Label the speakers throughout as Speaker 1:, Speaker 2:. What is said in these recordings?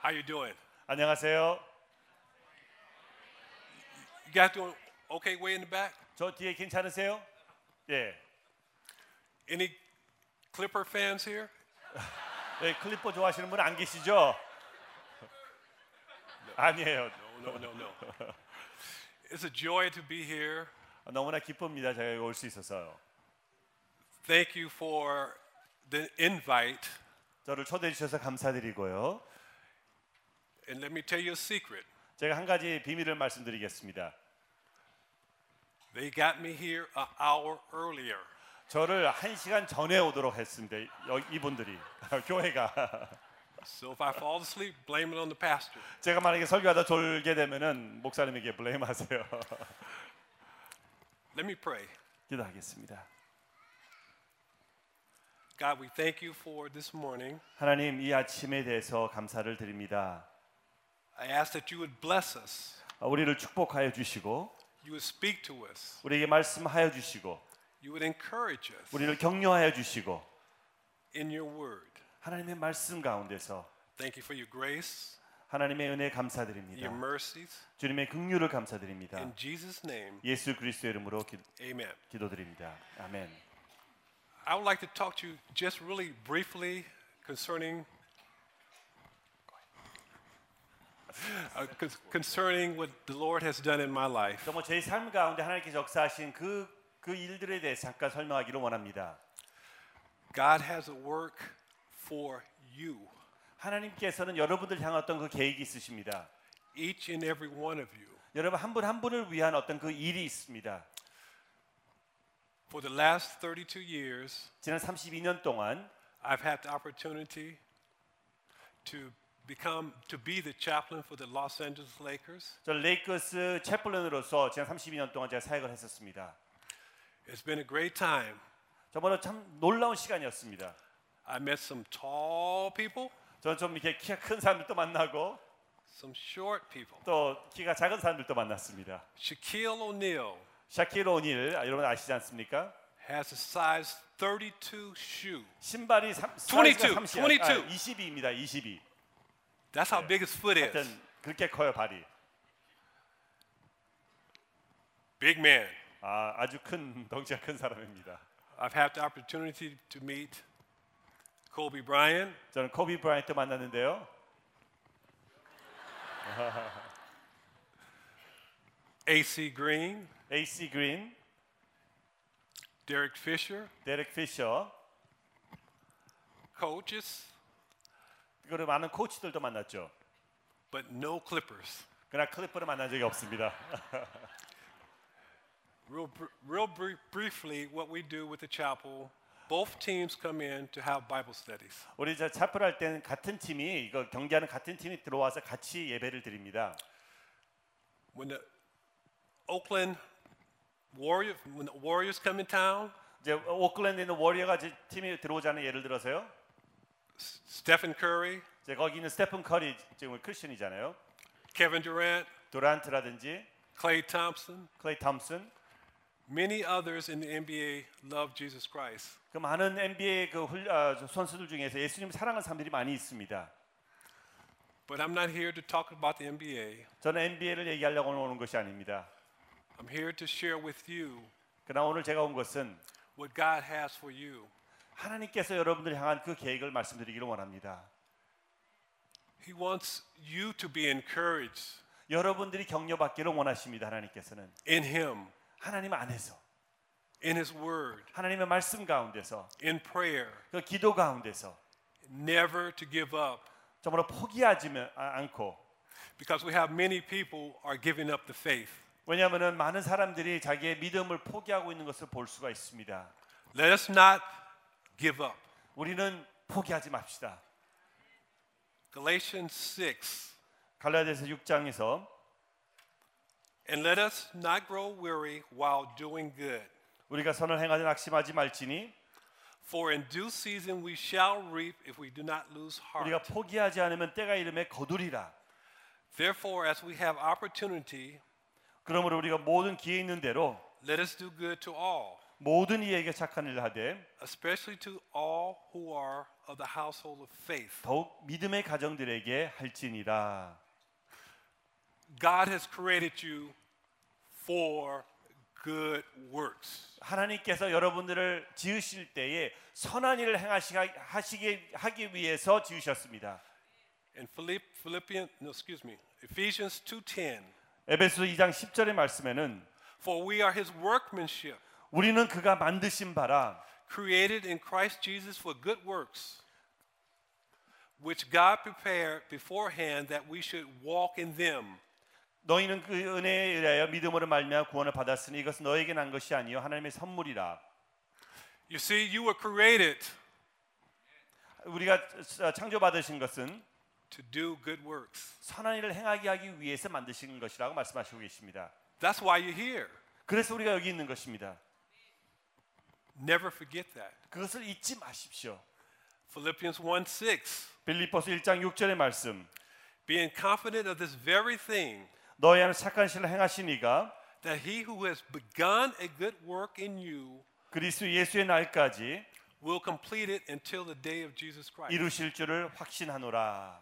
Speaker 1: How you doing?
Speaker 2: 안녕하세요.
Speaker 1: You guys doing okay way in the back?
Speaker 2: 저 뒤에 괜찮으세요? 예.
Speaker 1: Any Clipper fans here?
Speaker 2: 여기 예, 클리퍼 좋아하시는 분 안 계시죠? 아니에요.
Speaker 1: No, no, no, no. it's a joy to be here.
Speaker 2: 너무나 기쁩니다. 제가 여기 올 수 있어서요.
Speaker 1: Thank you for the invite.
Speaker 2: 저를 초대해 주셔서 감사드리고요.
Speaker 1: And let me tell you a secret.
Speaker 2: 제가 한 가지 비밀을 말씀드리겠습니다.
Speaker 1: They got me here an hour earlier.
Speaker 2: 저를 한 시간 전에 오도록 했습니다. 여- 이분들이 교회가
Speaker 1: So if I fall asleep, blame it on the pastor.
Speaker 2: 제가 만약에 설교하다 졸게 되면은 목사님에게 블레임하세요.
Speaker 1: Let me pray.
Speaker 2: 기도하겠습니다.
Speaker 1: God, we thank you for this morning.
Speaker 2: 하나님 이 아침에 대해서 감사를 드립니다.
Speaker 1: I ask that you would bless us.
Speaker 2: 아, 우리를 축복하여 주시고
Speaker 1: You would speak to us.
Speaker 2: 우리에게 말씀하여 주시고
Speaker 1: You would encourage us
Speaker 2: 우리를 격려하여 주시고
Speaker 1: in your word.
Speaker 2: 하나님의 말씀 가운데서
Speaker 1: Thank you for your grace,
Speaker 2: 하나님의 은혜
Speaker 1: your
Speaker 2: 감사드립니다.
Speaker 1: mercies.
Speaker 2: 주님의 긍휼을 감사드립니다.
Speaker 1: In Jesus' name,
Speaker 2: 예수 그리스도의 이름으로 기,
Speaker 1: amen.
Speaker 2: 기도드립니다. 아멘.
Speaker 1: I would like to talk to you just really briefly concerning uh, con- concerning what the Lord has done in my life.
Speaker 2: 정말 제 삶 가운데 하나님께서 역사하신 그, 그 일들에 대해 잠깐 설명하기를 원합니다.
Speaker 1: God has a work for you,
Speaker 2: 하나님께서는 여러분들 향한 어떤 그 계획이 있으십니다.
Speaker 1: each and every one of you.
Speaker 2: 여러분 한 분 한 분을 위한 어떤 그 일이 있습니다.
Speaker 1: For the last 32 years,
Speaker 2: 지난 32년 동안
Speaker 1: I've had the opportunity to become to be the chaplain for the Los Angeles Lakers.
Speaker 2: 저 레이커스 채플런으로서 지난 32년 동안 제가 사역을 했었습니다.
Speaker 1: It's been a great time.
Speaker 2: 저번에 참 놀라운 시간이었습니다.
Speaker 1: I met some tall people,
Speaker 2: 저는 좀 이렇게 키가 큰 사람들도 만나고
Speaker 1: some short people.
Speaker 2: 또 키가 작은 사람들도 만났습니다.
Speaker 1: Shaquille O'Neal
Speaker 2: 샤킬 오닐 아, 여러분 아시지 않습니까?
Speaker 1: has a size 32 shoe.
Speaker 2: 신발이 3,
Speaker 1: 22,
Speaker 2: 30,
Speaker 1: 22.
Speaker 2: 아, 22입니다. 22.
Speaker 1: That's how big his foot is.
Speaker 2: 하여튼 그렇게 커요 발이.
Speaker 1: Big man.
Speaker 2: 아, 아주 큰 덩치가 큰 사람입니다.
Speaker 1: I've had the opportunity to meet Kobe Bryant,
Speaker 2: 저는 코비 브라이트 만났는데요.
Speaker 1: AC Green,
Speaker 2: AC 그린,
Speaker 1: Derek Fisher,
Speaker 2: 데렉 피셔,
Speaker 1: coaches,
Speaker 2: 그리고 많은 코치들도 만났죠.
Speaker 1: but no Clippers.
Speaker 2: 그러나 클리퍼를 만난 적이 없습니다.
Speaker 1: Real, br- real br- briefly, what we do with the chapel, both teams come in to have Bible studies.
Speaker 2: 우리 저 차플 할 때는 같은 팀이 이거 경기하는 같은 팀이 들어와서 같이 예배를 드립니다.
Speaker 1: When the Oakland Warriors, when the Warriors come in town,
Speaker 2: 이제 오클랜드에 있는 워리어가 제 팀이 들어오자는 예를 들어서요.
Speaker 1: S- Stephen Curry,
Speaker 2: 이제 거기 있는 스테픈 커리 지금 크리스천이잖아요.
Speaker 1: Kevin Durant,
Speaker 2: 도란트라든지
Speaker 1: Clay Thompson,
Speaker 2: 클레이 탐슨
Speaker 1: many others in the NBA love Jesus Christ.
Speaker 2: 그 많은 NBA 그 훌, 아, 저 선수들 중에서 예수님을 사랑하는 사람들이 많이 있습니다.
Speaker 1: But I'm not here to talk about the NBA.
Speaker 2: 저는 NBA를 얘기하려고 오는 것이 아닙니다.
Speaker 1: I'm here to share with you
Speaker 2: 그러나 오늘 제가 온 것은
Speaker 1: what God has for you.
Speaker 2: 하나님께서 여러분들 향한 그 계획을 말씀드리기를 원합니다.
Speaker 1: He wants you to be encouraged
Speaker 2: 여러분들이 격려받기를 원하십니다. 하나님께서는
Speaker 1: in Him,
Speaker 2: 하나님 안에서
Speaker 1: in His Word,
Speaker 2: 하나님의 말씀 가운데서
Speaker 1: in prayer,
Speaker 2: 그 기도 가운데서
Speaker 1: never to give up.
Speaker 2: 정말로 포기하지 아- 않고
Speaker 1: Because we have many people are giving up the faith.
Speaker 2: 왜냐하면 많은 사람들이 자기의 믿음을 포기하고 있는 것을 볼 수가 있습니다.
Speaker 1: Let us not give up.
Speaker 2: 우리는 포기하지 맙시다.
Speaker 1: Galatians 6.
Speaker 2: 갈라디아서 6장에서
Speaker 1: And let us not grow weary while doing good.
Speaker 2: 우리가 선을 행하되 낙심하지 말지니
Speaker 1: For in due season we shall reap if we do not lose
Speaker 2: 우리가
Speaker 1: heart.
Speaker 2: 포기하지 않으면 때가 이르매 거두리라.
Speaker 1: Therefore, as we have opportunity,
Speaker 2: 그러므로 우리가 모든 기회 있는 대로
Speaker 1: let us do good to all,
Speaker 2: 모든 이에게 착한 일을 하되
Speaker 1: especially to all who are of the household of faith.
Speaker 2: 더욱 믿음의 가정들에게 할지니라.
Speaker 1: God has created you for good works.
Speaker 2: 하나님께서 여러분들을 지으실 때에 선한 일을 행하시 하시기 하기 위해서 지으셨습니다.
Speaker 1: In Philipp, Philippians, no, excuse me, Ephesians 2:10,
Speaker 2: 에베소 2장 10절의 말씀에는
Speaker 1: for we are his workmanship,
Speaker 2: 우리는 그가 만드신 바라
Speaker 1: created in Christ Jesus for good works, which God prepared beforehand that we should walk in them.
Speaker 2: 너희는 그 은혜에 의하여 믿음으로 말미암아 구원을 받았으니 이것은 너에게 난 것이 아니요 하나님의 선물이라.
Speaker 1: You see, you were created
Speaker 2: 우리가 창조받으신 것은
Speaker 1: to do good works.
Speaker 2: 선한 일을 행하게 하기 위해서 만드신 것이라고 말씀하시고 계십니다.
Speaker 1: That's why you're here.
Speaker 2: 그래서 우리가 여기 있는 것입니다.
Speaker 1: Never forget that.
Speaker 2: 그것을 잊지 마십시오.
Speaker 1: Philippians 1 6.
Speaker 2: 빌립보서 1장 6절의 말씀.
Speaker 1: Being confident of this very thing,
Speaker 2: 너희 안에 착한 실을 행하시니가
Speaker 1: that he who has begun a good work in you
Speaker 2: 그리스도 예수의 날까지
Speaker 1: will complete it until the day of Jesus Christ.
Speaker 2: 이루실 줄을 확신하노라.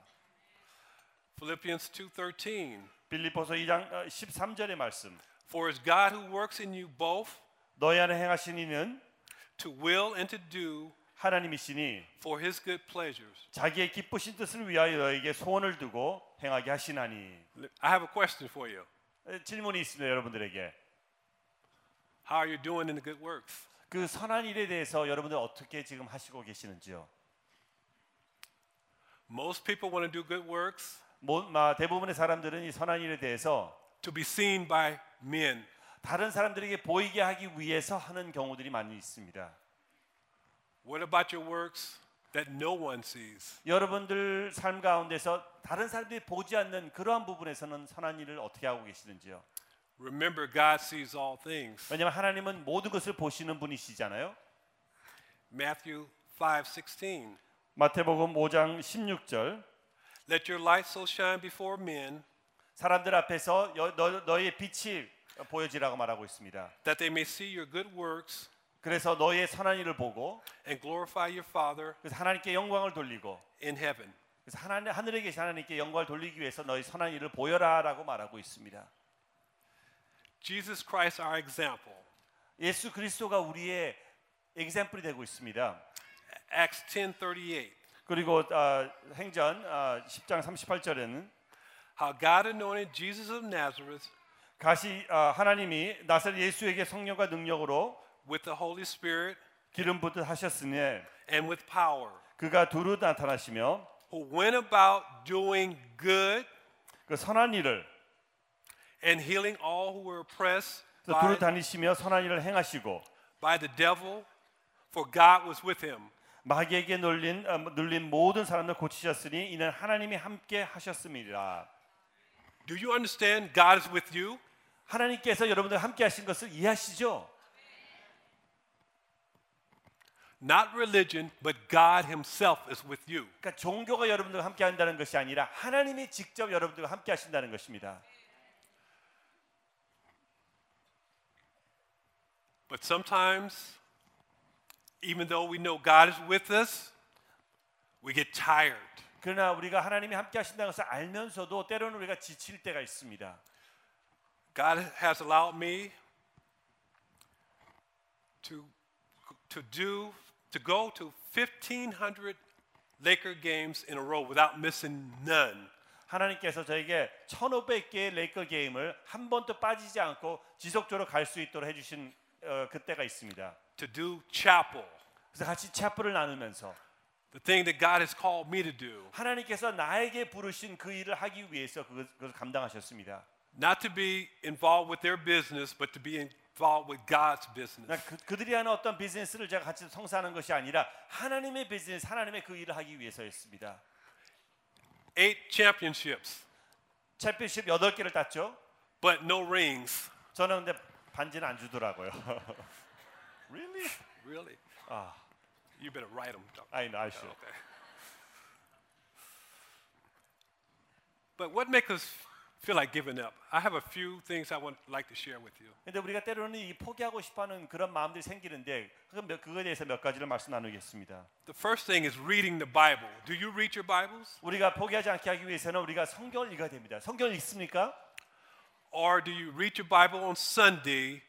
Speaker 1: Philippians 2:13.
Speaker 2: 빌립보서 2장 어, 13절의 말씀.
Speaker 1: For it's God who works in you both
Speaker 2: 너희 안에 행하신 이는
Speaker 1: to will and to do
Speaker 2: 하나님이시니
Speaker 1: for his good pleasures.
Speaker 2: 자기의 기쁘신 뜻을 위하여 너에게 소원을 두고 행하게 하시나니.
Speaker 1: I have a question for you.
Speaker 2: 에, 질문이 있습니다, 여러분들에게.
Speaker 1: How are you doing in the good works?
Speaker 2: 그 선한 일에 대해서 여러분들 어떻게 지금 하시고 계시는지요?
Speaker 1: Most people want to do good works
Speaker 2: 뭐, 마, 대부분의 사람들은 이 선한 일에 대해서
Speaker 1: to be seen by men.
Speaker 2: 다른 사람들에게 보이게 하기 위해서 하는 경우들이 많이 있습니다.
Speaker 1: What about your works that no one sees?
Speaker 2: 여러분들 삶 가운데서 다른 사람들이 보지 않는 그러한 부분에서는 선한 일을 어떻게 하고 계시는지요?
Speaker 1: Remember, God sees all things.
Speaker 2: 왜냐하면 하나님은 모든 것을 보시는 분이시잖아요.
Speaker 1: Matthew 5:16.
Speaker 2: 마태복음 5장 16절
Speaker 1: Let your light so shine before men
Speaker 2: 사람들 앞에서 여, 너, 너의 빛이 보여지라고 말하고 있습니다.
Speaker 1: that they may see your good works
Speaker 2: 그래서 너의 선한 일을 보고
Speaker 1: and glorify your Father
Speaker 2: 그래서 하나님께 영광을 돌리고
Speaker 1: in heaven.
Speaker 2: 그래서 하나님 하늘에 계신 하나님께 영광을 돌리기 위해서 너희 선한 일을 보여라라고 말하고 있습니다.
Speaker 1: Jesus Christ our example.
Speaker 2: 예수 그리스도가 우리의 엑셈플이 되고 있습니다.
Speaker 1: Acts 10:38.
Speaker 2: 그리고 아, 행전 아, 10장 38절에는
Speaker 1: How God anointed Jesus of Nazareth
Speaker 2: 가시 아, 하나님이 나사렛 예수에게 성령과 능력으로
Speaker 1: with the Holy Spirit
Speaker 2: 기름 부듯 하셨으니
Speaker 1: and with power,
Speaker 2: 그가 두루 나타나시며
Speaker 1: who went about doing good
Speaker 2: 그 선한 일을
Speaker 1: and healing all who were oppressed
Speaker 2: 그래서
Speaker 1: by,
Speaker 2: 두루 다니시며 선한 일을 행하시고
Speaker 1: by the devil, for God was with him.
Speaker 2: 마귀에게 눌린 아, 눌린 모든 사람을 고치셨으니 이는 하나님이 함께 하셨음이라.
Speaker 1: Do you understand God is with you?
Speaker 2: 하나님께서 여러분들 함께 하신 것을 이해하시죠?
Speaker 1: Not religion, but God Himself is with you.
Speaker 2: 그러니까 종교가 여러분들과 함께 한다는 것이 아니라 하나님이 직접 여러분들과 함께 하신다는 것입니다.
Speaker 1: But sometimes, even though we know God is with us, we get tired.
Speaker 2: 그러나 우리가 하나님이 함께 하신다는 것을 알면서도 때로는 우리가 지칠 때가 있습니다.
Speaker 1: God has allowed me to, to do to go to 1500 Laker games in a row without missing none.
Speaker 2: 하나님께서 저에게 1,500개의 레이커 게임을 한 번도 빠지지 않고 지속적으로 갈 수 있도록 해주신 어, 그때가 있습니다.
Speaker 1: To do chapel,
Speaker 2: 그래서 같이 차프를 나누면서
Speaker 1: the thing that God has called me to do.
Speaker 2: 하나님께서 나에게 부르신 그 일을 하기 위해서 그것, 그것을 감당하셨습니다.
Speaker 1: not to be involved with their business, but to be involved with God's business.
Speaker 2: 그러니까 그, 그들이 하는 어떤 비즈니스를 제가 같이 성사하는 것이 아니라 하나님의 비즈니스, 하나님의 그 일을 하기 위해서였습니다.
Speaker 1: Eight championships,
Speaker 2: 챔피언십 8개를 땄죠.
Speaker 1: but no rings.
Speaker 2: 저는 근데 반지는 안 주더라고요. really?
Speaker 1: Really? Ah, You better write them.
Speaker 2: I know, I should.
Speaker 1: But what makes us feel like giving up. I have a few things I would like to share with you.
Speaker 2: 근데 우리가 때로는 이 포기하고 싶어하는 그런 마음들이 생기는데 그 몇- 그거에 대해서 몇 가지를 말씀 나누겠습니다.
Speaker 1: The first thing is reading the Bible. Do you read your Bibles?
Speaker 2: 우리가 포기하지 않게 하기 위해서는 우리가 성경을 읽어야 됩니다. 성경을 읽습니까?
Speaker 1: Or do you read your Bible on Sunday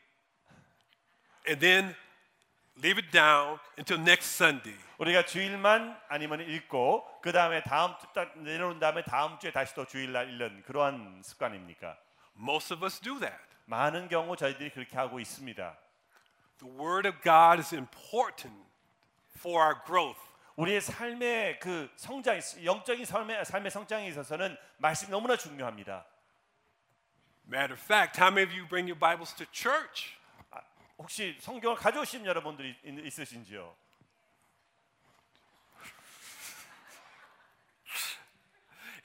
Speaker 1: and then leave it down until next Sunday?
Speaker 2: 우리가 주일만 아니면 읽고 그 다음에 다음 주- 딱 내려온 다음에 다음 주에 다시 또 주일날 읽는 그러한 습관입니까?
Speaker 1: Most of us do that.
Speaker 2: 많은 경우 저희들이 그렇게 하고 있습니다.
Speaker 1: The Word of God is important for our growth.
Speaker 2: 우리의 삶의 그 성장, 영적인 삶의, 삶의 성장에 있어서는 말씀이 너무나 중요합니다.
Speaker 1: Matter of fact, how many of you bring your Bibles to church?
Speaker 2: 혹시 성경을 가져오신 여러분들이 있- 있으신지요?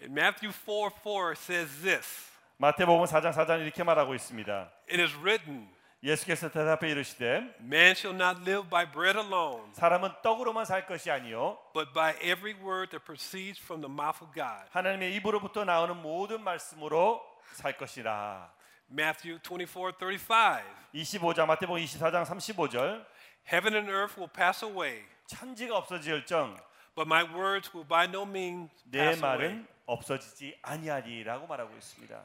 Speaker 1: In Matthew 4 4 says this
Speaker 2: 마태복음 4장 4장 이렇게 말하고 있습니다.
Speaker 1: It is written,
Speaker 2: 예수께서 대답해 이르시되
Speaker 1: Man shall not live by bread alone,
Speaker 2: 사람은 떡으로만 살 것이 아니요
Speaker 1: but by every word that proceeds from the mouth of God.
Speaker 2: 하나님의 입으로부터 나오는 모든 말씀으로 살 것이라.
Speaker 1: Matthew 24 35.
Speaker 2: 25장 마태복음 24장 35절
Speaker 1: Heaven and earth will pass away,
Speaker 2: 천지가 없어질정
Speaker 1: but my words will by no means
Speaker 2: 내
Speaker 1: pass away.
Speaker 2: 말은 없어지지 아니하리라고 말하고 있습니다.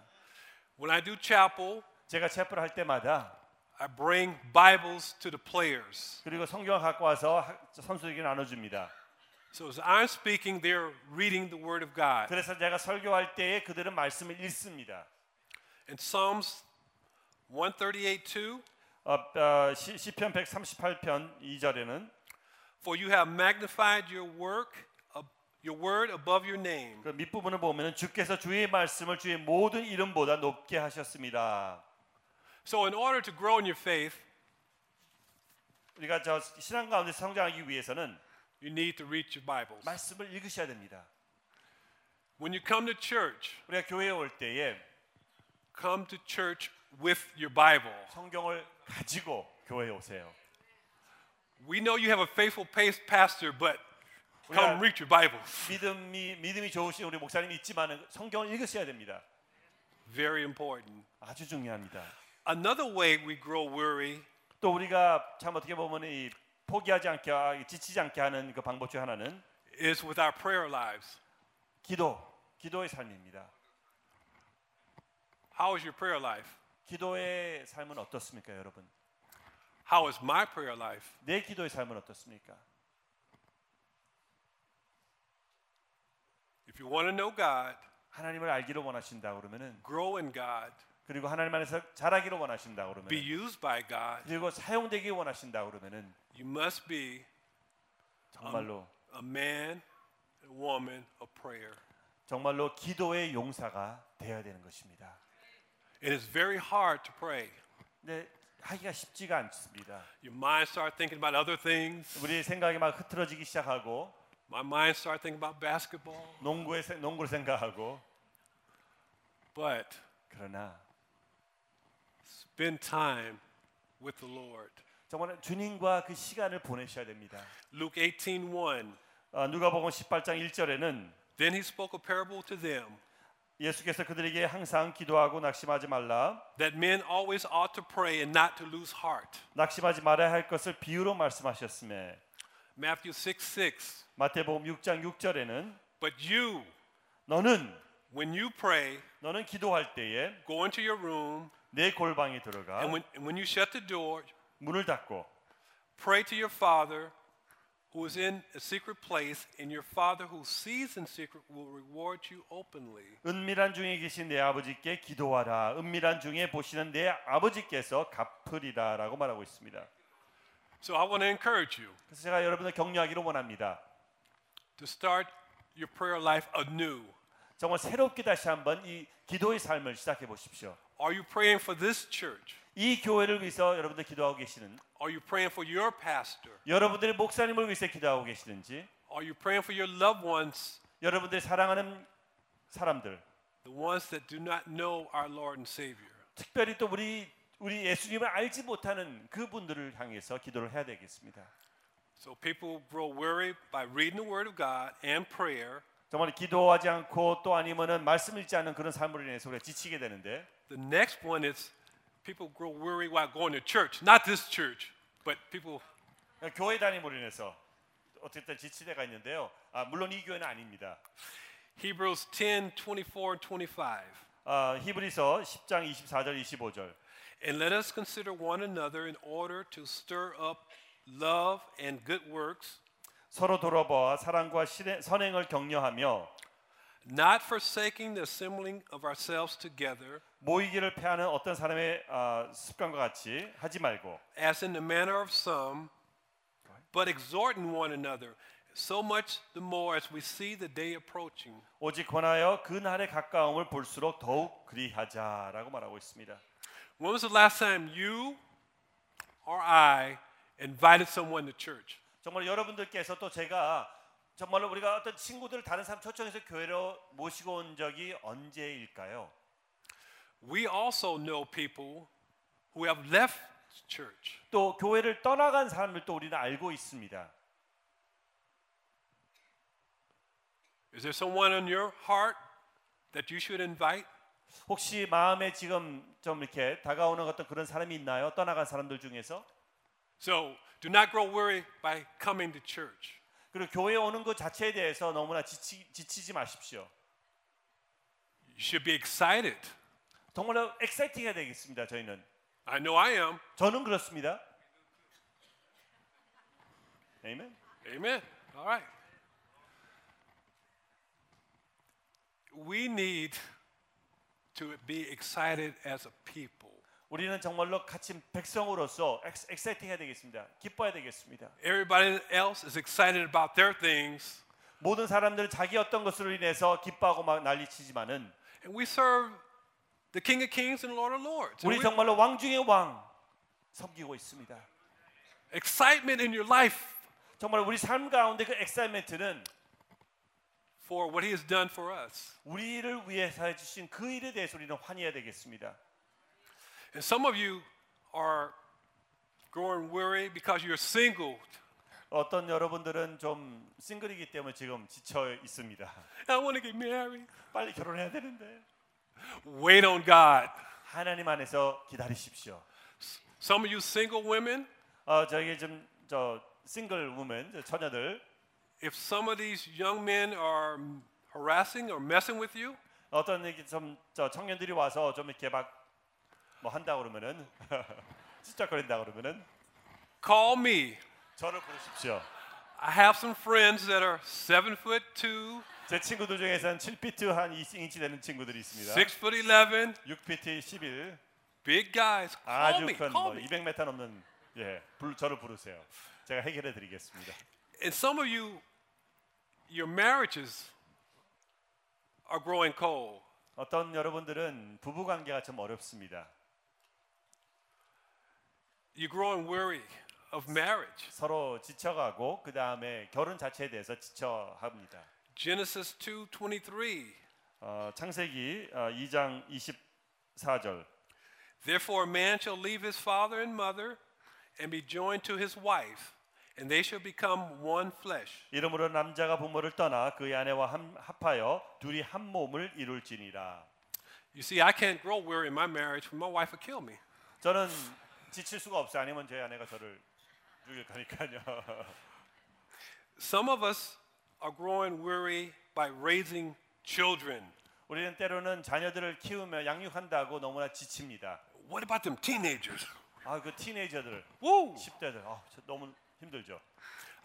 Speaker 1: When I do chapel,
Speaker 2: 제가 체프를 할 때마다
Speaker 1: I bring Bibles to the players.
Speaker 2: 그리고 성경을 갖고 와서 하- 선수에게 나눠줍니다.
Speaker 1: So as I'm speaking, they're reading the Word of God.
Speaker 2: 그래서 제가 설교할 때에 그들은 말씀을 읽습니다.
Speaker 1: In Psalms 138 2,
Speaker 2: 어, 어, 시, 시편 138편 2절에는
Speaker 1: for you have magnified your work, ab- your word above your name.
Speaker 2: 그 밑부분을 보면은 주께서 주의 말씀을 주의 모든 이름보다 높게 하셨습니다.
Speaker 1: So in order to grow in your faith,
Speaker 2: 우리가 저 신앙 가운데 성장하기 위해서는
Speaker 1: you need to read your Bibles.
Speaker 2: 말씀을 읽으셔야 됩니다.
Speaker 1: When you come to church,
Speaker 2: 우리가 교회에 올 때에
Speaker 1: come to church with your Bible.
Speaker 2: 성경을 가지고 교회에 오세요.
Speaker 1: We know you have a faithful pace pastor, but come
Speaker 2: Yeah.
Speaker 1: read your Bibles.
Speaker 2: 믿음이 믿음이 좋으신 우리 목사님 있지만 성경을 읽으셔야 됩니다.
Speaker 1: Very important.
Speaker 2: 아주 중요합니다.
Speaker 1: Another way we grow weary
Speaker 2: 또 우리가 참 어떻게 보면 이 포기하지 않게 하- 지치지 않게 하는 그 방법 중 하나는
Speaker 1: is with our prayer lives.
Speaker 2: 기도, 기도의 삶입니다.
Speaker 1: How is your prayer life?
Speaker 2: 기도의 삶은 어떻습니까, 여러분?
Speaker 1: How is my prayer life?
Speaker 2: 내 기도의 삶은 어떻습니까?
Speaker 1: If you want to know God,
Speaker 2: 하나님을 알기를 원하신다 그러면은
Speaker 1: grow in God,
Speaker 2: 그리고 하나님 안에서 자라기를 원하신다
Speaker 1: be
Speaker 2: 그러면
Speaker 1: used by God,
Speaker 2: 그리고 사용되기 원하신다 그러면은
Speaker 1: you must be
Speaker 2: 정말로
Speaker 1: a man and woman of prayer.
Speaker 2: 정말로 기도의 용사가 되어야 되는 것입니다.
Speaker 1: It is very hard to pray.
Speaker 2: 근데 하기가 쉽지가 않습니다.
Speaker 1: Your mind start thinking about other things.
Speaker 2: 우리의 생각이 막 흐트러지기 시작하고
Speaker 1: My mind start thinking about basketball.
Speaker 2: 농구의 세- 농구를 생각하고
Speaker 1: But
Speaker 2: 그러나
Speaker 1: spend time with the Lord.
Speaker 2: 정말 주님과 그 시간을 보내셔야 됩니다.
Speaker 1: Luke 18:1.
Speaker 2: 아, 누가복음 18장 1절에는
Speaker 1: Then he spoke a parable to them
Speaker 2: 예수께서 그들에게 항상 기도하고 낙심하지 말라
Speaker 1: that men always ought to pray and not to lose heart.
Speaker 2: 낙심하지 말아야 할 것을 비유로 말씀하셨음에
Speaker 1: Matthew 6 6.
Speaker 2: 마태복음 6장 6절에는
Speaker 1: But you,
Speaker 2: 너는
Speaker 1: when you pray,
Speaker 2: 너는 기도할 때에
Speaker 1: go into your room,
Speaker 2: 내 골방에 들어가
Speaker 1: and when, and when you shut the door,
Speaker 2: 문을 닫고
Speaker 1: pray to your Father who is in a secret place, and your Father who sees in secret will reward you openly.
Speaker 2: 은밀한 중에 계신 내 아버지께 기도하라 은밀한 중에 보시는 내 아버지께서 갚으리라라고 말하고 있습니다.
Speaker 1: So I want to encourage you
Speaker 2: 그래서 제가 여러분을 격려하기로 원합니다.
Speaker 1: to start your prayer life anew.
Speaker 2: 정말 새롭게 다시 한번 이 기도의 삶을 시작해 보십시오.
Speaker 1: Are you praying for this church?
Speaker 2: 이 교회를 위해서 여러분들 기도하고 계시는
Speaker 1: Are you praying for your pastor?
Speaker 2: 여러분들의 목사님을 위해서 기도하고 계시는지
Speaker 1: Are you praying for your loved ones,
Speaker 2: 여러분들이 사랑하는 사람들
Speaker 1: the ones that do not know our Lord and Savior?
Speaker 2: 특별히 또 우리 우리 예수님을 알지 못하는 그분들을 향해서 기도를 해야 되겠습니다.
Speaker 1: So people grow weary by reading the Word of God and prayer,
Speaker 2: 정말 기도하지 않고 또 아니면은 말씀 읽지 않는 그런 삶으로 인해서 우리가 지치게 되는데
Speaker 1: The next one is people grow weary while going to church. Not this church, but people.
Speaker 2: 그러니까 교회 다니므로 인해서 어쨌든 지칠 때가 있는데요. 아, 물론 이 교회는 아닙니다.
Speaker 1: Hebrews 10 24 and 25.
Speaker 2: 아, 히브리서 10장 24절 25절.
Speaker 1: And let us consider one another in order to stir up love and good works,
Speaker 2: 서로 돌아보아 사랑과 실행- 선행을 격려하며
Speaker 1: not forsaking the assembling of ourselves together,
Speaker 2: 모이기를 패하는 어떤 사람의 아, 습관과 같이 하지 말고
Speaker 1: as in the manner of some, but exhorting one another, so much the more as we see the day approaching.
Speaker 2: 오직 권하여 그 날의 가까움을 볼수록 더욱 그리하자라고 말하고 있습니다.
Speaker 1: When was the last time you or I invited someone to church?
Speaker 2: 정말 여러분들께서 또 제가 정말로 우리가 어떤 친구들 다른 사람 초청해서 교회로 모시고 온 적이 언제일까요?
Speaker 1: We also know people who have left church.
Speaker 2: 또 교회를 떠나간 사람을 또 우리는 알고 있습니다.
Speaker 1: Is there someone on your heart that you should invite?
Speaker 2: 혹시 마음에 지금 좀 이렇게 다가오는 어떤 그런 사람이 있나요? 떠나간 사람들 중에서?
Speaker 1: So do not grow weary by coming to church.
Speaker 2: 그리고 교회 오는 것 자체에 대해서 너무나 지치, 지치지 마십시오.
Speaker 1: You should be excited.
Speaker 2: 정말로 엑사이팅해야 되겠습니다. 저희는
Speaker 1: I know I am.
Speaker 2: 저는 그렇습니다. 아멘.
Speaker 1: Amen. All right. We need to be excited as a people.
Speaker 2: 우리는 정말로 같이 백성으로서 엑- 엑사이팅해야 되겠습니다. 기뻐야 되겠습니다.
Speaker 1: Everybody else is excited about their things,
Speaker 2: 모든 사람들은 자기 어떤 것으로 인해서 기뻐하고 막 난리치지만은
Speaker 1: and we serve the King of Kings and Lord of Lords. And
Speaker 2: 우리
Speaker 1: we-
Speaker 2: 정말로 왕 중의 왕 섬기고 있습니다.
Speaker 1: excitement in your life
Speaker 2: 정말 우리 삶 가운데 그 엑사이먼트는
Speaker 1: for what He has done for us.
Speaker 2: 우리를 위해서 해주신 그 일에 대해서 우리는 환희해야 되겠습니다.
Speaker 1: And some of you are growing weary because you're single.
Speaker 2: 어떤 여러분들은 좀 싱글이기 때문에 지금 지쳐 있습니다.
Speaker 1: I want to get married.
Speaker 2: 빨리 결혼해야 되는데
Speaker 1: Wait on God.
Speaker 2: 하나님 안에서 기다리십시오.
Speaker 1: Some of you single women,
Speaker 2: 어, 저기 좀저 싱글 우먼 저 처녀들
Speaker 1: if some of these young men are harassing or messing with you,
Speaker 2: 어떤 이렇게 좀저 청년들이 와서 좀 이렇게 막 뭐 한다 그러면은 찢적거린다 그러면은
Speaker 1: call me.
Speaker 2: 저를 부르십시오.
Speaker 1: I have some friends that are seven foot two,
Speaker 2: 제 친구들 중에서는 7피트 한 2인치 되는 친구들이 있습니다.
Speaker 1: six foot eleven,
Speaker 2: 6피트 11
Speaker 1: big guys. Call
Speaker 2: 아주
Speaker 1: me,
Speaker 2: 큰
Speaker 1: call
Speaker 2: 뭐
Speaker 1: me.
Speaker 2: 200m 넘는 예, 불, 저를 부르세요. 제가 해결해 드리겠습니다.
Speaker 1: And some of you, your marriages are growing cold.
Speaker 2: 어떤 여러분들은 부부 관계가 좀 어렵습니다.
Speaker 1: You're growing weary of marriage.
Speaker 2: 서로 지쳐가고 그 다음에 결혼 자체에 대해서 지쳐합니다.
Speaker 1: Genesis 2:23.
Speaker 2: 어, 창세기 어, 2장 24절.
Speaker 1: Therefore a man shall leave his father and mother and be joined to his wife, and they shall become one flesh.
Speaker 2: 이름으로 남자가 부모를 떠나 그의 아내와 함, 합하여 둘이 한 몸을 이룰지니라.
Speaker 1: You see, I can't grow weary in my marriage, for my wife will kill me.
Speaker 2: 저는 지칠 수가 없어. 요 아니면 저희 아내가 저를 죽일 거니까요.
Speaker 1: Some of us are growing weary by raising children.
Speaker 2: 우리는 때로는 자녀들을 키우며 양육한다고 너무나 지칩니다.
Speaker 1: What about them teenagers?
Speaker 2: 아 그 티네이저들,
Speaker 1: Woo!
Speaker 2: 10대들, 아, 저 너무 힘들죠.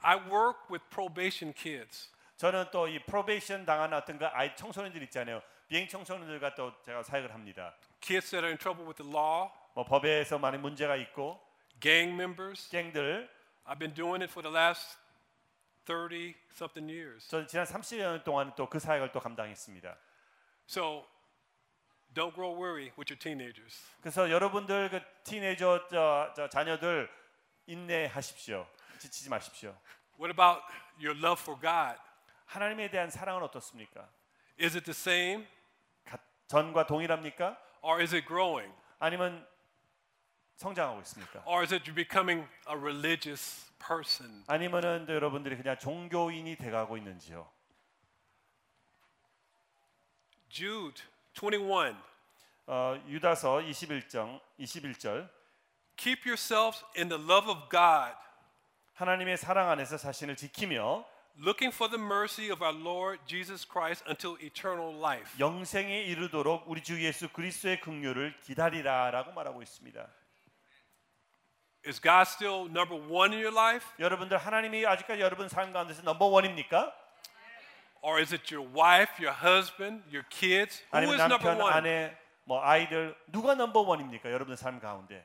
Speaker 1: I work with probation kids.
Speaker 2: 저는 또 이 프로베이션 당한 어떤 그 아이 청소년들 있잖아요. 비행 청소년들과 또 제가 사역을 합니다.
Speaker 1: Kids that are in trouble with the law,
Speaker 2: 뭐 법에서 많은 문제가 있고
Speaker 1: gang members.
Speaker 2: 갱들
Speaker 1: I've been doing it for the last 30 something years.
Speaker 2: 저는 지난 30년 동안 또 그 사역을 또 감당했습니다.
Speaker 1: So don't grow weary with your teenagers.
Speaker 2: 그래서 여러분들 그 티네이저 저, 저 자녀들 인내하십시오. 지치지 마십시오.
Speaker 1: What about your love for God?
Speaker 2: 하나님에 대한 사랑은 어떻습니까?
Speaker 1: Is it the same
Speaker 2: 가- 전과 동일합니까?
Speaker 1: or is it growing?
Speaker 2: 아니면 성장하고 있습니까?
Speaker 1: Or is it you becoming a religious person?
Speaker 2: 아니면은 또 여러분들이 그냥 종교인이 돼가고 있는지요?
Speaker 1: Jude 21.
Speaker 2: 어, 유다서 21장 21절
Speaker 1: Keep yourselves in the love of God,
Speaker 2: 하나님의 사랑 안에서 자신을 지키며
Speaker 1: looking for the mercy of our Lord Jesus Christ until eternal life.
Speaker 2: 영생에 이르도록 우리 주 예수 그리스도의 긍휼을 기다리라라고 말하고 있습니다.
Speaker 1: Is God still number one in your life?
Speaker 2: 여러분들 하나님이 아직까지 여러분 삶 가운데서 넘버 원입니까?
Speaker 1: Or is it your wife, your husband, your kids? Who
Speaker 2: 아니면
Speaker 1: is number
Speaker 2: 남편,
Speaker 1: one?
Speaker 2: 아내, 뭐 아이들 누가 넘버 원입니까? 여러분 삶 가운데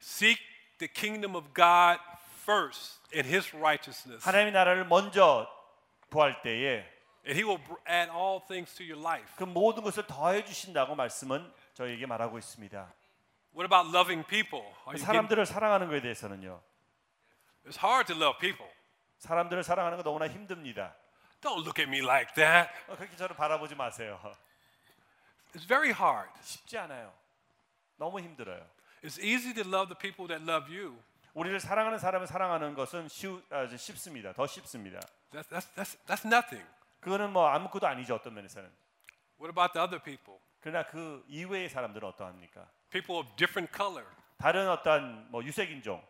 Speaker 1: Seek the kingdom of God first and his righteousness,
Speaker 2: 하나님의 나라를 먼저 구할 때에
Speaker 1: and he will br- add all things to your life.
Speaker 2: 그 모든 것을 더해 주신다고 말씀은 저에게 말하고 있습니다.
Speaker 1: What about loving people? Are you getting-
Speaker 2: 사람들을 사랑하는 것에 대해서는요.
Speaker 1: it's hard to love people.
Speaker 2: 사람들을 사랑하는 거 너무나 힘듭니다.
Speaker 1: Don't look at me like that.
Speaker 2: 어, 그렇게 저를 바라보지 마세요.
Speaker 1: It's very hard.
Speaker 2: 쉽지 않아요. 너무 힘들어요.
Speaker 1: It's easy to love the people that love you.
Speaker 2: 우리를 사랑하는 사람을 사랑하는 것은 쉬우, 아, 이제 쉽습니다. 더 쉽습니다.
Speaker 1: That's, that's, that's, that's nothing.
Speaker 2: 그거는 뭐 아무것도 아니죠 어떤 면에서는.
Speaker 1: What about the other people?
Speaker 2: 그러나 그 이외의 사람들은 어떠합니까?
Speaker 1: People of different color,
Speaker 2: 다른 어떤 뭐 유색 인종,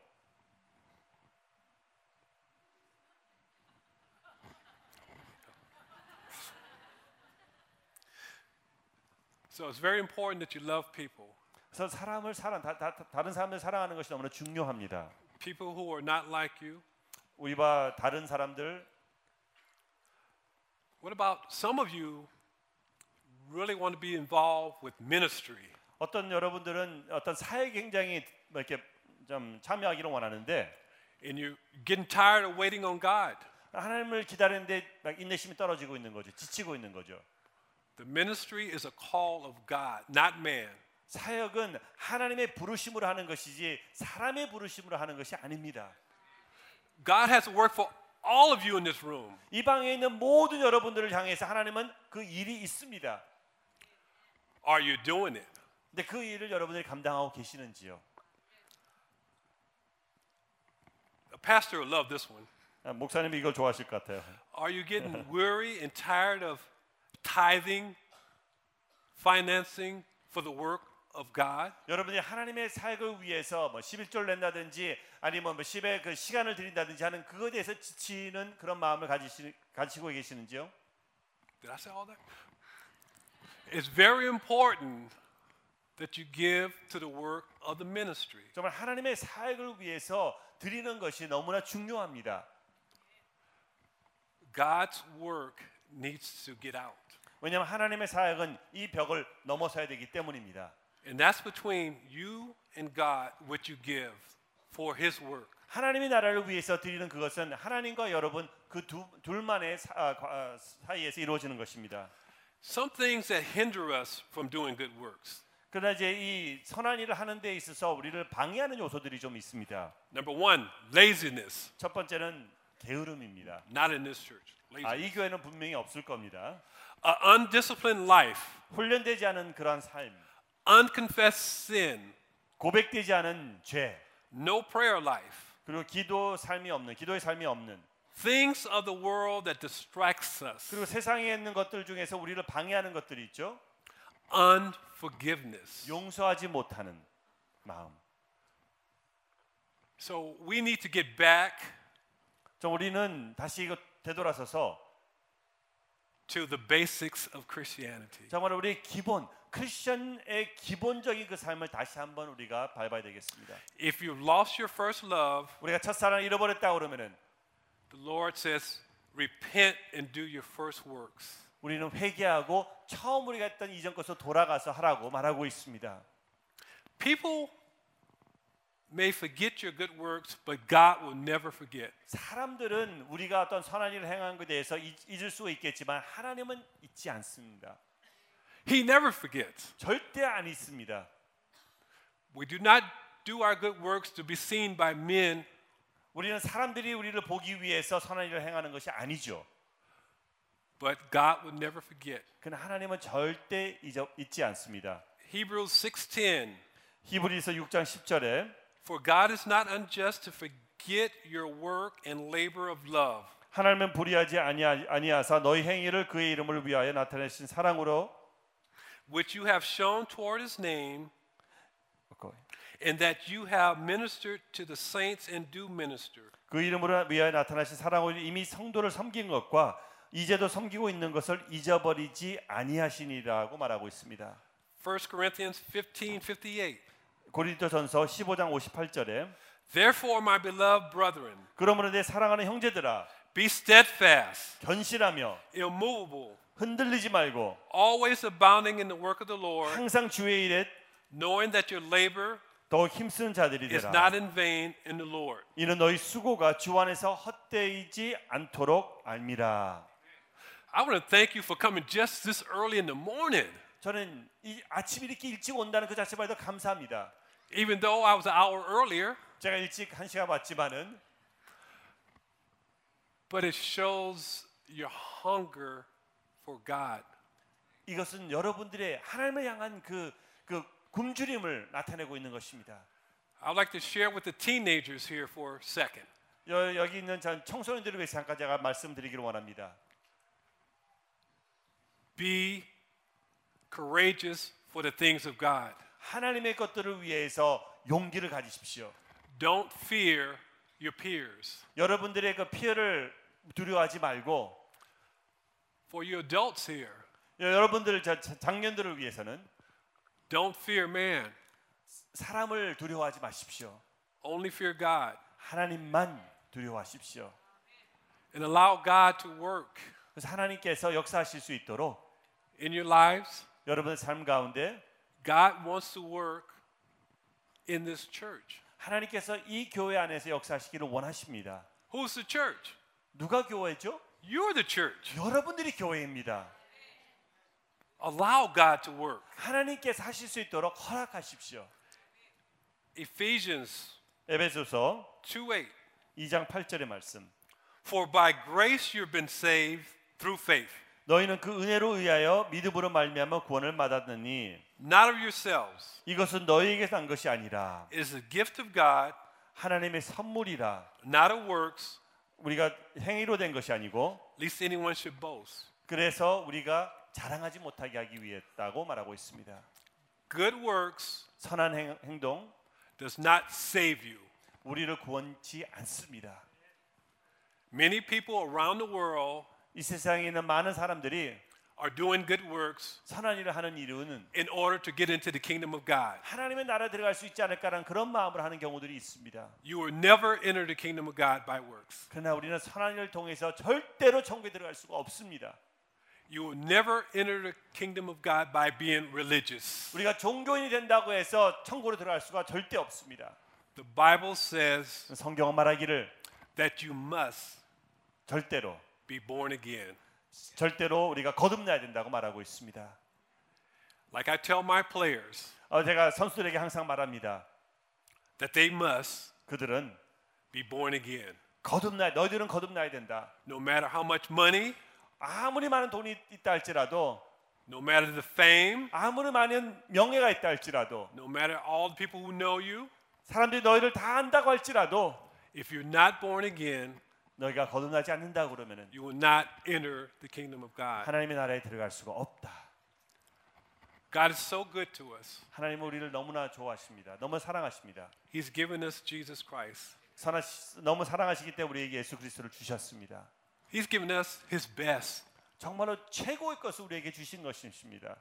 Speaker 1: So it's very important that you love people.
Speaker 2: 그래서 사람을 사랑 다, 다, 다른 사람을 사랑하는 것이 너무나 중요합니다.
Speaker 1: People who are not like you.
Speaker 2: 우리와 다른 사람들
Speaker 1: What about some of you really want to be involved with ministry?
Speaker 2: 어떤 여러분들은 어떤 사회 굉장히 뭐 이렇게 좀 참여하기를 원하는데
Speaker 1: And you're getting tired of waiting on God.
Speaker 2: 하나님을 기다리는데 막 인내심이 떨어지고 있는 거죠. 지치고 있는 거죠.
Speaker 1: The ministry is a call of God, not man.
Speaker 2: 사역은 하나님의 부르심으로 하는 것이지 사람의 부르심으로 하는 것이 아닙니다.
Speaker 1: God has a work for all of you in this room.
Speaker 2: 이 방에 있는 모든 여러분들을 향해서 하나님은 그 일이 있습니다.
Speaker 1: Are you doing it?
Speaker 2: 근데 그 일을 여러분들이 감당하고 계시는지요?
Speaker 1: A pastor will love this one.
Speaker 2: 아, 목사님이 이걸 좋아하실 것 같아요.
Speaker 1: Are you getting weary and tired of tithing, financing for the work of God?
Speaker 2: 여러분이 하나님의 사역을 위해서 뭐 11조를 낸다든지 아니면 뭐 10의 그 시간을 드린다든지 하는 그거에 대해서 지치는 그런 마음을 가지시, 가지고 계시는지요?
Speaker 1: Did I say all that? It's very important that you give to the work of the ministry.
Speaker 2: 정말 하나님의 사역을 위해서 드리는 것이 너무나 중요합니다.
Speaker 1: God's work needs to get out.
Speaker 2: 왜냐하면 하나님의 사역은 이 벽을 넘어서야 되기 때문입니다.
Speaker 1: And that's between you and God what you give for his work.
Speaker 2: 하나님의 나라를 위해서 드리는 그것은 하나님과 여러분 그 두, 둘만의 사, 아, 과- 아, 사이에서 이루어지는 것입니다.
Speaker 1: Some things that hinder us from doing good works.
Speaker 2: 그러나 이제 이 선한 일을 하는 데 있어서 우리를 방해하는 요소들이 좀 있습니다.
Speaker 1: Number one, laziness.
Speaker 2: 첫 번째는 게으름입니다.
Speaker 1: Not in this church.
Speaker 2: 아,
Speaker 1: Laziness.
Speaker 2: 이 교회는 분명히 없을 겁니다.
Speaker 1: An undisciplined life,
Speaker 2: 훈련되지 않은 그러한 삶,
Speaker 1: unconfessed sin,
Speaker 2: 고백되지 않은 죄,
Speaker 1: no prayer life,
Speaker 2: 그리고 기도 삶이 없는, 기도의 삶이 없는,
Speaker 1: things of the world that distracts us,
Speaker 2: 그리고 세상에 있는 것들 중에서 우리를 방해하는 것들이 있죠.
Speaker 1: unforgiveness.
Speaker 2: 용서하지 못하는 마음.
Speaker 1: So we need to get back
Speaker 2: 저 우리는 다시 이거 되돌아서서
Speaker 1: to the basics of Christianity.
Speaker 2: 정말 우리 기본 크리스천의 기본적인 그 삶을 다시 한번 우리가 밟아야 되겠습니다.
Speaker 1: If you've lost your first love,
Speaker 2: 우리가 첫사랑 잃어버렸다 그러면은
Speaker 1: the Lord says, repent and do your first works.
Speaker 2: 우리는 회개하고 처음 우리가 했던 이전 것으로 돌아가서 하라고 말하고 있습니다.
Speaker 1: People may forget your good works, but God will never forget.
Speaker 2: 사람들은 우리가 어떤 선한 일을 행한 것에 대해서 잊- 잊을 수 있겠지만 하나님은 잊지 않습니다.
Speaker 1: He never forgets.
Speaker 2: 절대 안 잊습니다.
Speaker 1: We do not do our good works to be seen by men,
Speaker 2: 우리는 사람들이 우리를 보기 위해서 선한 일을 행하는 것이 아니죠.
Speaker 1: but God will never forget.
Speaker 2: 그러나 하나님은 절대 잊어- 잊지 않습니다.
Speaker 1: Hebrews 6:10
Speaker 2: 히브리서 6장 10절에
Speaker 1: For God is not unjust to forget your work and labor of love
Speaker 2: 하나님은 불의하지 아니하, 아니하사 너희 행위를 그의 이름을 위하여 나타내신 사랑으로
Speaker 1: which you have shown toward his name,
Speaker 2: 어,
Speaker 1: and that you have ministered to the saints and do minister.
Speaker 2: 그 이름으로 위하여 나타나신 사랑으로 이미 성도를 섬긴 것과 이제도 섬기고 있는 것을 잊어버리지 아니하시니라고 말하고 있습니다.
Speaker 1: 1 Corinthians 15 58.
Speaker 2: 고린도전서 15장 58절에
Speaker 1: Therefore, my beloved brethren,
Speaker 2: 그러므로 내 사랑하는 형제들아
Speaker 1: be steadfast,
Speaker 2: 견실하며
Speaker 1: immovable,
Speaker 2: 흔들리지 말고
Speaker 1: always abounding in the work of the Lord,
Speaker 2: 항상 주의 일에
Speaker 1: knowing that your labor
Speaker 2: 더 힘쓰는 자들이
Speaker 1: is
Speaker 2: 되라.
Speaker 1: not in vain in the Lord.
Speaker 2: 이는 너희 수고가 주 안에서 헛되이지 않도록 알미라.
Speaker 1: I want to thank you for coming just this early in the morning.
Speaker 2: 저는 이 아침 이렇게 일찍 온다는 그 자체만도 감사합니다.
Speaker 1: Even though I was an hour earlier,
Speaker 2: 제가 일찍 한 시간 왔지만은
Speaker 1: but it shows your hunger for God.
Speaker 2: 이것은 여러분들의 하나님을 향한 그, 그 굶주림을 나타내고 있는 것입니다.
Speaker 1: I'd like to share with the teenagers here for a second.
Speaker 2: 여, 여기 있는 전 청소년들을 위해서 잠깐 제가 말씀드리기를 원합니다.
Speaker 1: Be courageous for the things of God.
Speaker 2: 하나님의 것들을 위해서 용기를 가지십시오.
Speaker 1: Don't fear your peers.
Speaker 2: 여러분들의 그 피해를 두려워하지 말고
Speaker 1: For you adults here,
Speaker 2: 여- 여러분들 자- 자- 장년들을 위해서는
Speaker 1: don't fear man,
Speaker 2: 사람을 두려워하지 마십시오.
Speaker 1: only fear God
Speaker 2: 하나님만 두려워하십시오.
Speaker 1: and allow God to work
Speaker 2: 그래서 하나님께서 역사하실 수 있도록
Speaker 1: in your lives.
Speaker 2: 여러분의 삶 가운데
Speaker 1: God wants to work in this church.
Speaker 2: 하나님께서 이 교회 안에서 역사하시기를 원하십니다.
Speaker 1: Who's the church?
Speaker 2: 누가 교회죠?
Speaker 1: You're the church.
Speaker 2: 여러분들이 교회입니다.
Speaker 1: Allow God to work.
Speaker 2: 하나님께서 하실 수 있도록 허락하십시오.
Speaker 1: Ephesians
Speaker 2: 에베소서
Speaker 1: 2 8.
Speaker 2: 2장 8절의 말씀.
Speaker 1: For by grace you've been saved through faith,
Speaker 2: 너희는 그 은혜로 의하여 믿음으로 말미암아 구원을 받았느니
Speaker 1: not of yourselves.
Speaker 2: 이것은 너희에게서 난 것이 아니라
Speaker 1: It is a gift of God,
Speaker 2: 하나님의 선물이라
Speaker 1: not of works,
Speaker 2: 우리가 행위로 된 것이 아니고
Speaker 1: lest anyone should boast.
Speaker 2: 그래서 우리가 자랑하지 못하게 하기 위했다고 말하고 있습니다.
Speaker 1: Good works
Speaker 2: 선한 행, 행동
Speaker 1: does not save you.
Speaker 2: 우리를 구원치 않습니다.
Speaker 1: Many people around the world
Speaker 2: 이 세상에 있는 많은 사람들이
Speaker 1: are doing good works
Speaker 2: 선한 일을 하는 이유는
Speaker 1: in order to get into the kingdom of God.
Speaker 2: 하나님의 나라에 들어갈 수 있지 않을까라는 그런 마음을 하는 경우들이 있습니다.
Speaker 1: You will never enter the kingdom of God by works.
Speaker 2: 그러나 우리는 선한 일을 통해서 절대로 천국에 들어갈 수가 없습니다.
Speaker 1: You will never enter the kingdom of God by being religious.
Speaker 2: 우리가 종교인이 된다고 해서 천국으로 들어갈 수가 절대 없습니다.
Speaker 1: The Bible says
Speaker 2: 성경은 말하기를
Speaker 1: that you must
Speaker 2: 절대로
Speaker 1: be born again.
Speaker 2: 절대로 우리가 거듭나야 된다고 말하고 있습니다.
Speaker 1: Like I tell my players,
Speaker 2: 어, 제가 선수들에게 항상 말합니다.
Speaker 1: that they must
Speaker 2: 그들은
Speaker 1: be born again.
Speaker 2: 거듭나 너희들은 거듭나야 된다.
Speaker 1: No matter how much money,
Speaker 2: 아무리 많은 돈이 있다 할지라도
Speaker 1: no matter the fame,
Speaker 2: 아무리 많은 명예가 있다 할지라도
Speaker 1: no matter all the people who know you,
Speaker 2: 사람들이 너희를 다 안다고 할지라도
Speaker 1: if you're not born again,
Speaker 2: 너희가 거듭나지 않는다 그러면은
Speaker 1: you will not enter the kingdom of God.
Speaker 2: 하나님의 나라에 들어갈 수가 없다.
Speaker 1: God is so good to us.
Speaker 2: 하나님은 우리를 너무나 좋아하십니다. 너무 사랑하십니다.
Speaker 1: He's given us Jesus Christ.
Speaker 2: 선하, 너무 사랑하시기 때문에 우리에게 예수 그리스도를 주셨습니다.
Speaker 1: He's given us his best.
Speaker 2: 정말로 최고의 것을 우리에게 주신 것입니다.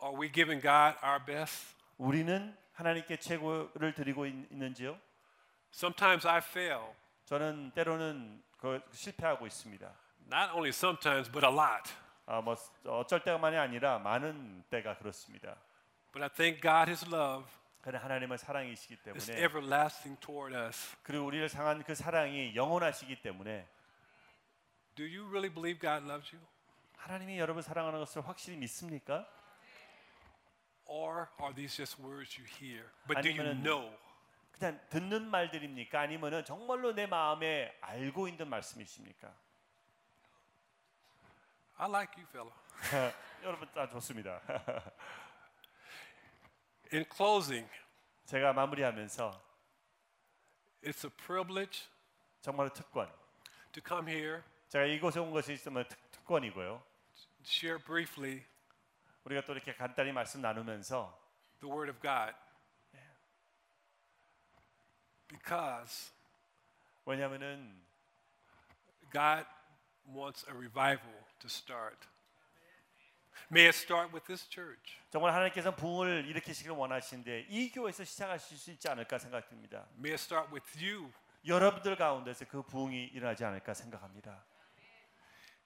Speaker 1: Are we giving God our best?
Speaker 2: 우리는 하나님께 최고를 드리고 있, 있는지요?
Speaker 1: Sometimes I fail.
Speaker 2: 저는 때로는 그 실패하고 있습니다.
Speaker 1: Not only sometimes, but a lot.
Speaker 2: 아, 뭐 어쩔 때만이 아니라 많은 때가 그렇습니다.
Speaker 1: But I thank God his love
Speaker 2: 그러나 하나님은 사랑이시기
Speaker 1: is
Speaker 2: 때문에
Speaker 1: everlasting toward us.
Speaker 2: 그리고 우리를 향한 그 사랑이 영원하시기 때문에
Speaker 1: Do you really believe God loves you?
Speaker 2: 하나님이 여러분 사랑하는 것을 확실히 믿습니까?
Speaker 1: Or are these just words you hear? But do you
Speaker 2: 아니면은-
Speaker 1: know?
Speaker 2: 그냥 듣는 말들입니까? 아니면은 정말로 내 마음에 알고 있는 말씀이십니까?
Speaker 1: I like you, fella.
Speaker 2: 여러분 다 좋습니다.
Speaker 1: In closing,
Speaker 2: 제가 마무리하면서
Speaker 1: it's a privilege
Speaker 2: 정말로 특권
Speaker 1: to come here,
Speaker 2: 제가 이곳에 온 것이 있으면 특, 특권이고요.
Speaker 1: share briefly
Speaker 2: 우리가 또 이렇게 간단히 말씀 나누면서
Speaker 1: the Word of God. Because
Speaker 2: 왜냐하면은
Speaker 1: God wants a revival to start. May it start with this church.
Speaker 2: 정말 하나님께서 부흥을 일으키시길 원하시는데 이 교회에서 시작하실 수 있지 않을까 생각됩니다.
Speaker 1: May it start with you.
Speaker 2: 여러분들 가운데서 그 부흥이 일어나지 않을까 생각합니다.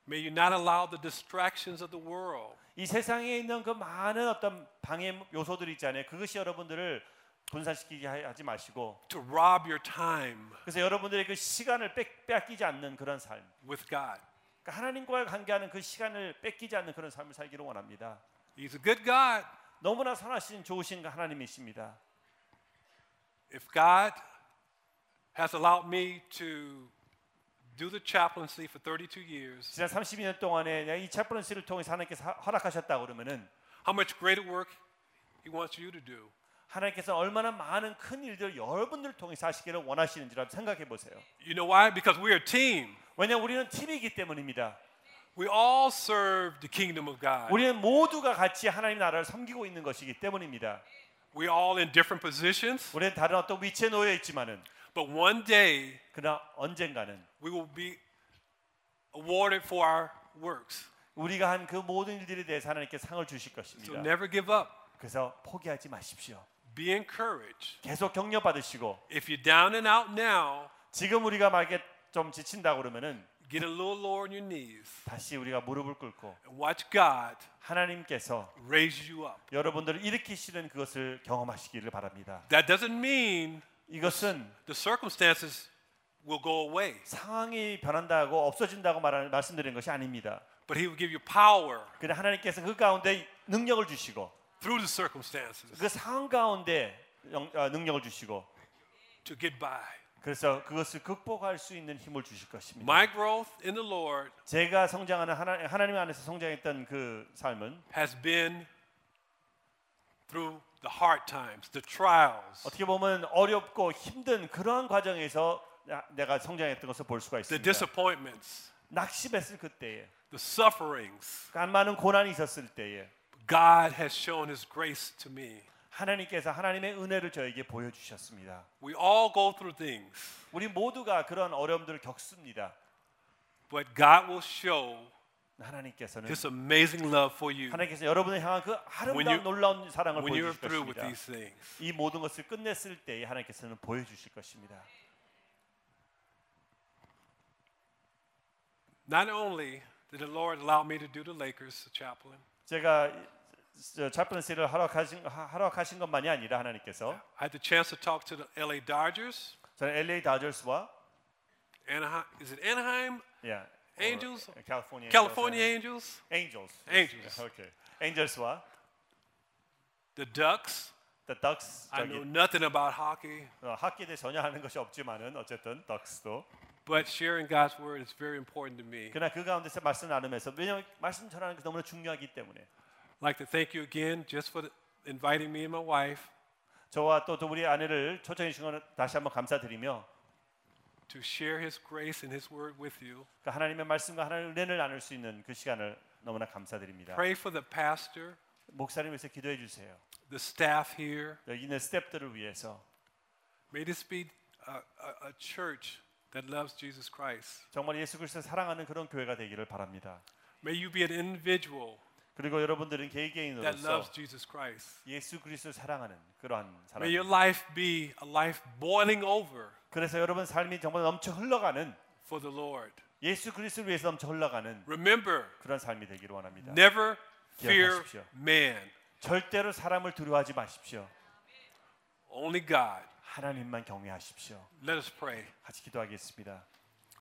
Speaker 1: May you not allow the distractions of the world
Speaker 2: 이 세상에 있는 그 많은 어떤 방해 요소들이 있잖아요. 그것이 여러분들을 분산시키게 하- 하지 마시고
Speaker 1: to rob your time
Speaker 2: 그래서 여러분들의 그 시간을 뺏, 뺏기지 않는 그런 삶
Speaker 1: with God.
Speaker 2: 그러니까 하나님과 관계하는 그 시간을 뺏기지 않는 그런 삶을 살기를 원합니다.
Speaker 1: He's a good God.
Speaker 2: 너무나 선하신 좋으신 하나님이십니다.
Speaker 1: If God has allowed me to do the chaplaincy for 32 years,
Speaker 2: 지난 32년 동안에 내가 이 챗프런스를 통해서 하나님께서 하- 허락하셨다 그러면은
Speaker 1: how much greater work He wants you to do.
Speaker 2: 하나님께서 얼마나 많은 큰 일들을 여러분들 통해서 하시기를 원하시는지 한번 생각해 보세요.
Speaker 1: You know why? Because we're a team.
Speaker 2: 왜냐 우리는 팀이기 때문입니다.
Speaker 1: We all serve the kingdom of God.
Speaker 2: 우리는 모두가 같이 하나님 나라를 섬기고 있는 것이기 때문입니다.
Speaker 1: We're all in different positions,
Speaker 2: 우리는 다른 어떤 위치에 놓여 있지만은
Speaker 1: but one day
Speaker 2: 그러나 언젠가는
Speaker 1: we will be awarded for our works.
Speaker 2: 우리가 한 그 모든 일들에 대해서 하나님께 상을 주실
Speaker 1: So
Speaker 2: 것입니다.
Speaker 1: never give up.
Speaker 2: 그래서 포기하지 마십시오.
Speaker 1: Be encouraged.
Speaker 2: 계속 격려 받으시고
Speaker 1: If you're down and out now,
Speaker 2: 지금 우리가 만약에 좀 지친다 그러면은
Speaker 1: get a little lower on your knees
Speaker 2: 다시 우리가 무릎을 꿇고
Speaker 1: and watch God
Speaker 2: 하나님께서
Speaker 1: raise you up.
Speaker 2: 여러분들을 일으키시는 그것을 경험하시기를 바랍니다.
Speaker 1: That doesn't mean
Speaker 2: 이것은
Speaker 1: the circumstances will go away,
Speaker 2: 상황이 변한다고 없어진다고 말하는 말씀드린 것이 아닙니다.
Speaker 1: but He will give you power
Speaker 2: 그러나 하나님께서 그 가운데 능력을 주시고
Speaker 1: through the circumstances
Speaker 2: 그 상황 가운데 영- 어, 능력을 주시고
Speaker 1: to get by.
Speaker 2: 그래서 그것을 극복할 수 있는 힘을 주실 것입니다.
Speaker 1: My growth in the Lord
Speaker 2: 제가 성장하는 하나, 하나님 안에서 성장했던 그 삶은
Speaker 1: has been through the hard times, the trials,
Speaker 2: 어떻게 보면 어렵고 힘든 그러한 과정에서 나- 내가 성장했던 것을 볼 수가
Speaker 1: the
Speaker 2: 있습니다.
Speaker 1: disappointments,
Speaker 2: 낙심했을 그때에
Speaker 1: the sufferings.
Speaker 2: 그 많은 고난이 있었을 때에
Speaker 1: God has shown His grace to me.
Speaker 2: 하나님께서 하나님의 은혜를 저에게 보여주셨습니다.
Speaker 1: We all go through things,
Speaker 2: 우리 모두가 그런 어려움들을 겪습니다.
Speaker 1: but God will show
Speaker 2: 하나님께서는
Speaker 1: His amazing love for you
Speaker 2: 하나님께서 여러분을 향한 그
Speaker 1: When you-
Speaker 2: 아름다운 놀라운 사랑을
Speaker 1: when you're
Speaker 2: 보여주실
Speaker 1: through with
Speaker 2: 것입니다.
Speaker 1: these things.
Speaker 2: 이 모든 것을 끝냈을 때에 하나님께서는 보여주실 것입니다.
Speaker 1: Not only did the Lord allow me to do the Lakers, the chaplain,
Speaker 2: 제가 차프런스를 허락하신, 하- 허락하신 것만이 아니라 하나님께서
Speaker 1: I had the chance to talk to the LA Dodgers,
Speaker 2: 저는 LA 다저스와 예, 어,
Speaker 1: Anaheim, is it Anaheim?
Speaker 2: yeah,
Speaker 1: Angels?
Speaker 2: or 캘리포니아
Speaker 1: California Angels,
Speaker 2: Angels
Speaker 1: Angels.
Speaker 2: okay. Angels와
Speaker 1: the Ducks.
Speaker 2: the Ducks
Speaker 1: I know
Speaker 2: 저기
Speaker 1: nothing about hockey,
Speaker 2: 어, 학기에 대해 전혀 하는 것이 없지만은 어쨌든 Ducks도
Speaker 1: but sharing God's word is very important to me.
Speaker 2: 그러나 그 가운데서 말씀 나누면서 왜냐하면 말씀 전하는 게 너무나 중요하기 때문에
Speaker 1: I'd like to thank you again just for the- inviting me and my wife
Speaker 2: 저와 또, 또 우리 아내를 초청해 주신 것을 다시 한번 감사드리며
Speaker 1: to share His grace and His word with you.
Speaker 2: 그 하나님의 말씀과 하나님의 은혜를 나눌 수 있는 그 시간을 너무나 감사드립니다.
Speaker 1: Pray for the pastor,
Speaker 2: 목사님 위해서 기도해 주세요.
Speaker 1: the staff here.
Speaker 2: 여기 있는 스태프들을 위해서
Speaker 1: May this be a, a, a church that loves Jesus Christ.
Speaker 2: 정말 예수 그리스도 사랑하는 그런 교회가 되기를 바랍니다.
Speaker 1: May you be an individual
Speaker 2: 그리고 여러분들은
Speaker 1: that loves
Speaker 2: 개개인으로서
Speaker 1: Jesus Christ.
Speaker 2: 예수 그리스도 사랑하는 그러한
Speaker 1: May
Speaker 2: 사람.
Speaker 1: your life be a life boiling over
Speaker 2: 그래서 여러분 삶이 정말 넘쳐 흘러가는
Speaker 1: for the Lord.
Speaker 2: 예수 그리스도를 위해서 넘쳐 흘러가는
Speaker 1: Remember,
Speaker 2: 그런 삶이 되기를 원합니다.
Speaker 1: never fear
Speaker 2: 기억하십시오.
Speaker 1: man,
Speaker 2: 절대로 사람을 두려워하지 마십시오.
Speaker 1: only God.
Speaker 2: 하나님만 경외하십시오.
Speaker 1: Let us pray.
Speaker 2: 같이 기도하겠습니다.